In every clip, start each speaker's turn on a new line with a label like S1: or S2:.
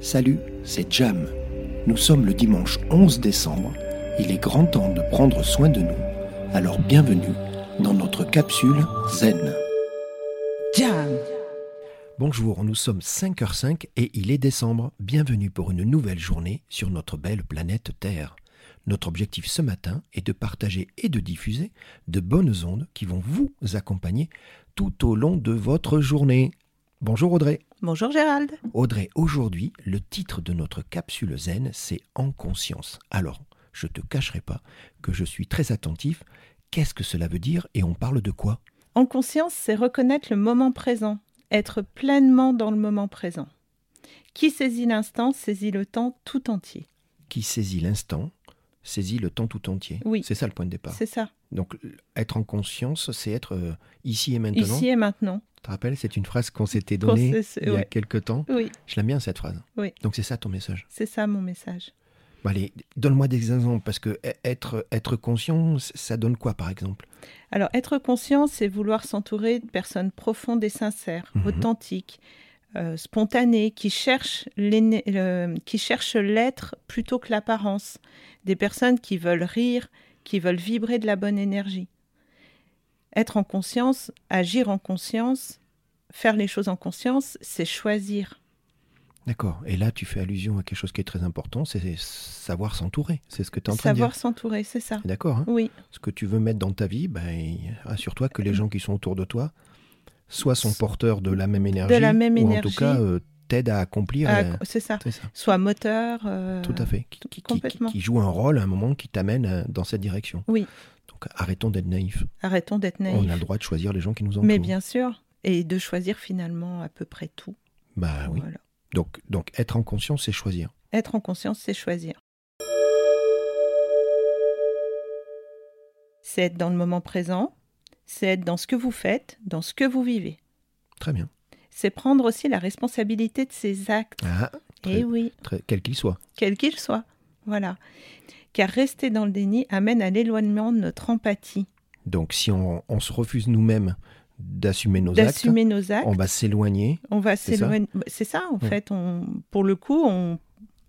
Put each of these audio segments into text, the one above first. S1: Salut, c'est Jam. Nous sommes le dimanche 11 décembre. Il est grand temps de prendre soin de nous. Alors bienvenue dans notre capsule Zen.
S2: Jam.
S1: Bonjour, nous sommes 5h05 et il est décembre. Bienvenue pour une nouvelle journée sur notre belle planète Terre. Notre objectif ce matin est de partager et de diffuser de bonnes ondes qui vont vous accompagner tout au long de votre journée. Bonjour Audrey.
S2: Bonjour Gérald.
S1: Audrey, aujourd'hui, le titre de notre capsule zen, c'est En conscience. Alors, je te cacherai pas que je suis très attentif. Qu'est-ce que cela veut dire et on parle de quoi
S2: En conscience, c'est reconnaître le moment présent, être pleinement dans le moment présent. Qui saisit l'instant, saisit le temps tout entier.
S1: Qui saisit l'instant, saisit le temps tout entier.
S2: Oui.
S1: C'est ça le point de départ.
S2: C'est ça.
S1: Donc, être en conscience, c'est être euh, ici et maintenant.
S2: Ici et maintenant.
S1: Tu te rappelles, c'est une phrase qu'on s'était
S2: Qu'on
S1: donnée
S2: s'est- c'est-
S1: il y a
S2: ouais.
S1: quelques temps.
S2: Oui,
S1: Je l'aime bien cette phrase.
S2: Oui.
S1: Donc, c'est ça ton message.
S2: c'est ça mon message.
S1: Bon, allez, donne-moi des exemples parce que e- être, être conscient, c- ça donne quoi par exemple
S2: Alors, être conscient, c'est vouloir s'entourer de personnes profondes et sincères,
S1: Mhm.
S2: authentiques, euh, spontanées, qui cherchent l'aîné- le- qui cherchent l'être plutôt que l'apparence. Des personnes qui veulent rire, qui veulent vibrer de la bonne énergie. Être en conscience, agir en conscience, faire les choses en conscience, c'est choisir.
S1: D'accord. Et là, tu fais allusion à quelque chose qui est très important, c'est savoir s'entourer. C'est ce que tu es en train
S2: Savoir
S1: de dire.
S2: s'entourer, c'est ça.
S1: D'accord. hein
S2: Oui,
S1: ce que tu veux mettre dans ta vie, ben, assure-toi que les gens qui sont autour de toi, soit sont porteurs de la même énergie,
S2: la même
S1: ou en
S2: énergie.
S1: tout cas euh, t'aident à accomplir.
S2: Ah,
S1: la-
S2: c'est ça.
S1: C'est ça,
S2: Soit moteur. euh,
S1: euh, tout à fait. Qui,
S2: tout-
S1: qui- qui-
S2: complètement.
S1: qui joue un rôle à un moment qui t'amène euh, dans cette direction.
S2: Oui.
S1: Donc arrêtons d'être naïfs.
S2: Arrêtons d'être naïfs.
S1: On a le droit de choisir les gens qui nous entourent.
S2: Mais bien sûr, et de choisir finalement à peu près tout.
S1: Bah oui.
S2: Voilà.
S1: Donc, donc être en conscience, c'est choisir.
S2: Être en conscience, c'est choisir. C'est être dans le moment présent, c'est être dans ce que vous faites, dans ce que vous vivez.
S1: Très bien.
S2: C'est prendre aussi la responsabilité de ses actes.
S1: Ah, très-
S2: Eh oui,
S1: très- quel qu'il soit.
S2: quel qu'il soit. Voilà. Car rester dans le déni amène à l'éloignement de notre empathie,
S1: Donc si on, on se refuse nous-mêmes d'assumer nos actes,
S2: d'assumer nos actes.
S1: on va s'éloigner.
S2: On va
S1: C'est ça
S2: s'éloigner. Bah, C'est ça, en
S1: Ouais.
S2: fait. On, pour le coup, on,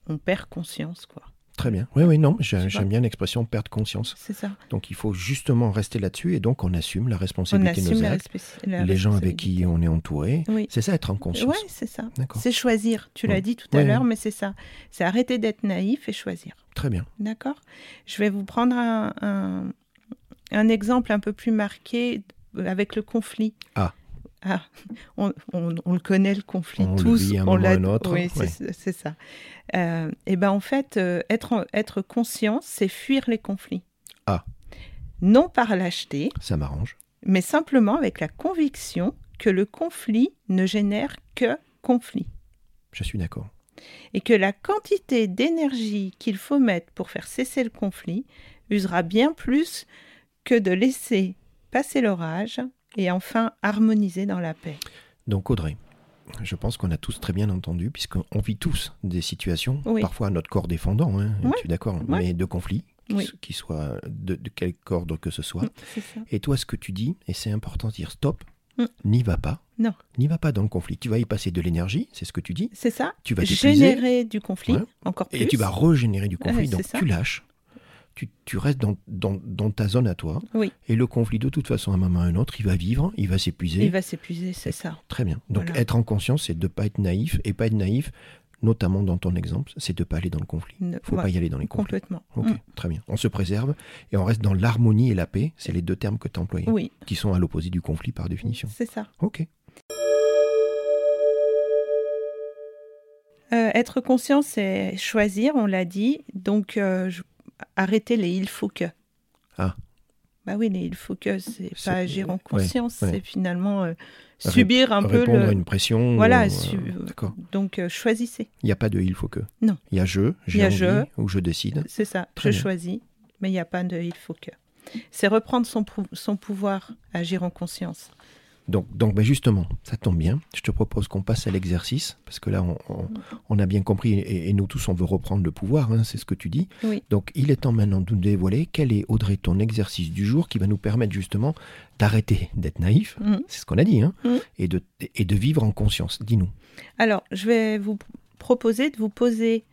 S2: on perd conscience, quoi.
S1: Très bien. Oui, oui, non, j'ai-
S2: Je sais pas.
S1: j'aime bien l'expression perdre conscience.
S2: C'est ça.
S1: Donc il faut justement rester là-dessus et donc on assume la
S2: On
S1: responsabilité de
S2: assume
S1: nos
S2: la,
S1: actes,
S2: respons- la
S1: les gens avec qui on est entouré.
S2: Oui.
S1: C'est ça être en conscience.
S2: Ouais, c'est ça.
S1: D'accord.
S2: C'est choisir. Tu
S1: Ouais.
S2: l'as dit tout à
S1: Ouais,
S2: l'heure, mais c'est ça. C'est arrêter d'être naïf et choisir.
S1: Très bien.
S2: D'accord Je vais vous prendre un, un- un exemple un peu plus marqué avec le conflit.
S1: Ah.
S2: Ah, on, on- on le connaît le conflit
S1: On le
S2: tous,
S1: vit à un
S2: on
S1: moment
S2: l'a
S1: ou un autre,
S2: Oui, c'est-
S1: ouais.
S2: c'est c'est ça. et ben en fait, euh, être en- être conscient, c'est fuir les conflits.
S1: Ah.
S2: Non par lâcheté,
S1: Ça m'arrange.
S2: mais simplement avec la conviction que le conflit ne génère que conflit
S1: Je suis d'accord.
S2: et que la quantité d'énergie qu'il faut mettre pour faire cesser le conflit usera bien plus que de laisser passer l'orage et enfin harmoniser dans la paix.
S1: Donc Audrey, je pense qu'on a tous très bien entendu puisqu'on vit tous des situations,
S2: Oui.
S1: parfois à notre corps défendant, hein,
S2: Ouais.
S1: tu es d'accord,
S2: Ouais.
S1: mais de conflits, qui
S2: Oui.
S1: s- qui soient de, de quel corde que ce soit.
S2: C'est ça.
S1: Et toi, ce que tu dis, et c'est important de dire stop,
S2: Mm.
S1: n'y va pas.
S2: Non.
S1: N'y va pas dans le conflit. Tu vas y passer de l'énergie, c'est ce que tu dis.
S2: C'est ça
S1: Tu vas t'épuiser
S2: Générer du conflit,
S1: Ouais.
S2: encore plus.
S1: et tu vas régénérer du conflit.
S2: Ouais,
S1: donc
S2: c'est ça.
S1: tu lâches, tu, tu restes dans, dans- dans ta zone à toi.
S2: Oui.
S1: Et le conflit, de toute façon, à un moment ou à un autre, il va vivre, il va s'épuiser.
S2: Il va s'épuiser, c'est ça.
S1: Très bien. Donc
S2: Voilà.
S1: être en conscience, c'est de ne pas être naïf. Et pas être naïf, notamment dans ton exemple, c'est de ne pas aller dans le conflit.
S2: Ne-
S1: faut
S2: ouais,
S1: pas y aller dans les conflits.
S2: complètement.
S1: Ok,
S2: Mm.
S1: très bien. On se préserve et on reste dans l'harmonie et la paix. C'est les deux termes que tu as employés,
S2: Oui,
S1: qui sont à l'opposé du conflit par définition.
S2: c'est ça.
S1: Ok.
S2: Euh, être conscient, c'est choisir, on l'a dit. Donc, euh, je- arrêter les il faut que.
S1: Ah.
S2: Bah oui, les il faut que, c'est
S1: C'est-
S2: pas agir en
S1: ouais,
S2: conscience,
S1: ouais.
S2: c'est finalement euh,
S1: Ré-
S2: subir un peu
S1: Répondre
S2: le.
S1: à une pression.
S2: Voilà,
S1: ou,
S2: su-
S1: euh, D'accord.
S2: Donc, euh, choisissez.
S1: Il n'y a pas de il faut que.
S2: Non.
S1: Il y a je,
S2: Il
S1: j'ai
S2: y a
S1: envie
S2: je.
S1: ou je décide.
S2: C'est ça,
S1: Très
S2: je
S1: bien.
S2: choisis, mais il n'y a pas de il faut que. C'est reprendre son, pou- son pouvoir, agir en conscience.
S1: Donc, donc ben justement, ça tombe bien. Je te propose qu'on passe à l'exercice, parce que là, on, on- on a bien compris, et, et nous tous, on veut reprendre le pouvoir, hein, c'est ce que tu dis.
S2: Oui.
S1: Donc, il est temps maintenant de nous dévoiler quel est, Audrey, ton exercice du jour qui va nous permettre justement d'arrêter d'être naïf,
S2: Mhm.
S1: c'est ce qu'on a dit, hein,
S2: Mhm.
S1: et, de, et de vivre en conscience. Dis-nous.
S2: Alors, je vais vous proposer de vous poser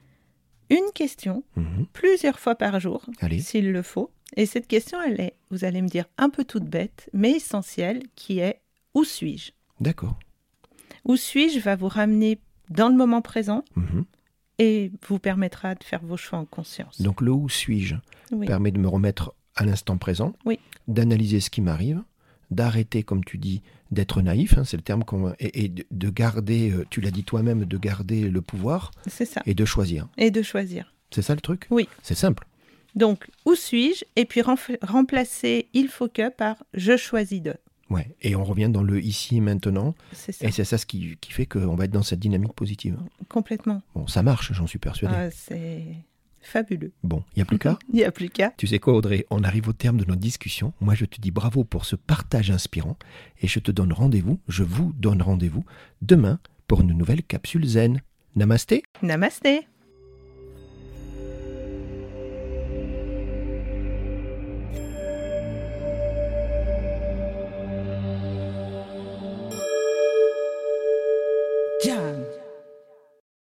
S2: une question
S1: Mhm.
S2: plusieurs fois par jour,
S1: Allez.
S2: s'il le faut. Et cette question, elle est, vous allez me dire, un peu toute bête, mais essentielle, qui est où suis-je
S1: D'accord.
S2: Où suis-je va vous ramener dans le moment présent
S1: Mhm.
S2: et vous permettra de faire vos choix en conscience.
S1: Donc le où suis-je
S2: Oui.
S1: permet de me remettre à l'instant présent,
S2: Oui.
S1: d'analyser ce qui m'arrive, d'arrêter, comme tu dis, d'être naïf, hein, c'est le terme qu'on... Et, et de- de garder, euh, tu l'as dit toi-même, de garder le pouvoir
S2: C'est ça.
S1: et de choisir.
S2: Et de choisir.
S1: C'est ça le truc
S2: Oui.
S1: C'est simple.
S2: Donc, où suis-je Et puis renf- remplacer il faut que par je choisis de.
S1: Ouais. Et on revient dans le ici et maintenant.
S2: C'est ça,
S1: Et c'est ça ce qui, qui fait qu'on va être dans cette dynamique positive.
S2: complètement.
S1: Bon, ça marche, j'en suis persuadé.
S2: Ah, c'est fabuleux.
S1: Bon, il n'y a plus qu'à.
S2: Il n'y a plus qu'à.
S1: Tu sais quoi, Audrey On arrive au terme de notre discussion. Moi, je te dis bravo pour ce partage inspirant et je te donne rendez-vous, je vous donne rendez-vous demain pour une nouvelle capsule zen. Namasté
S2: Namasté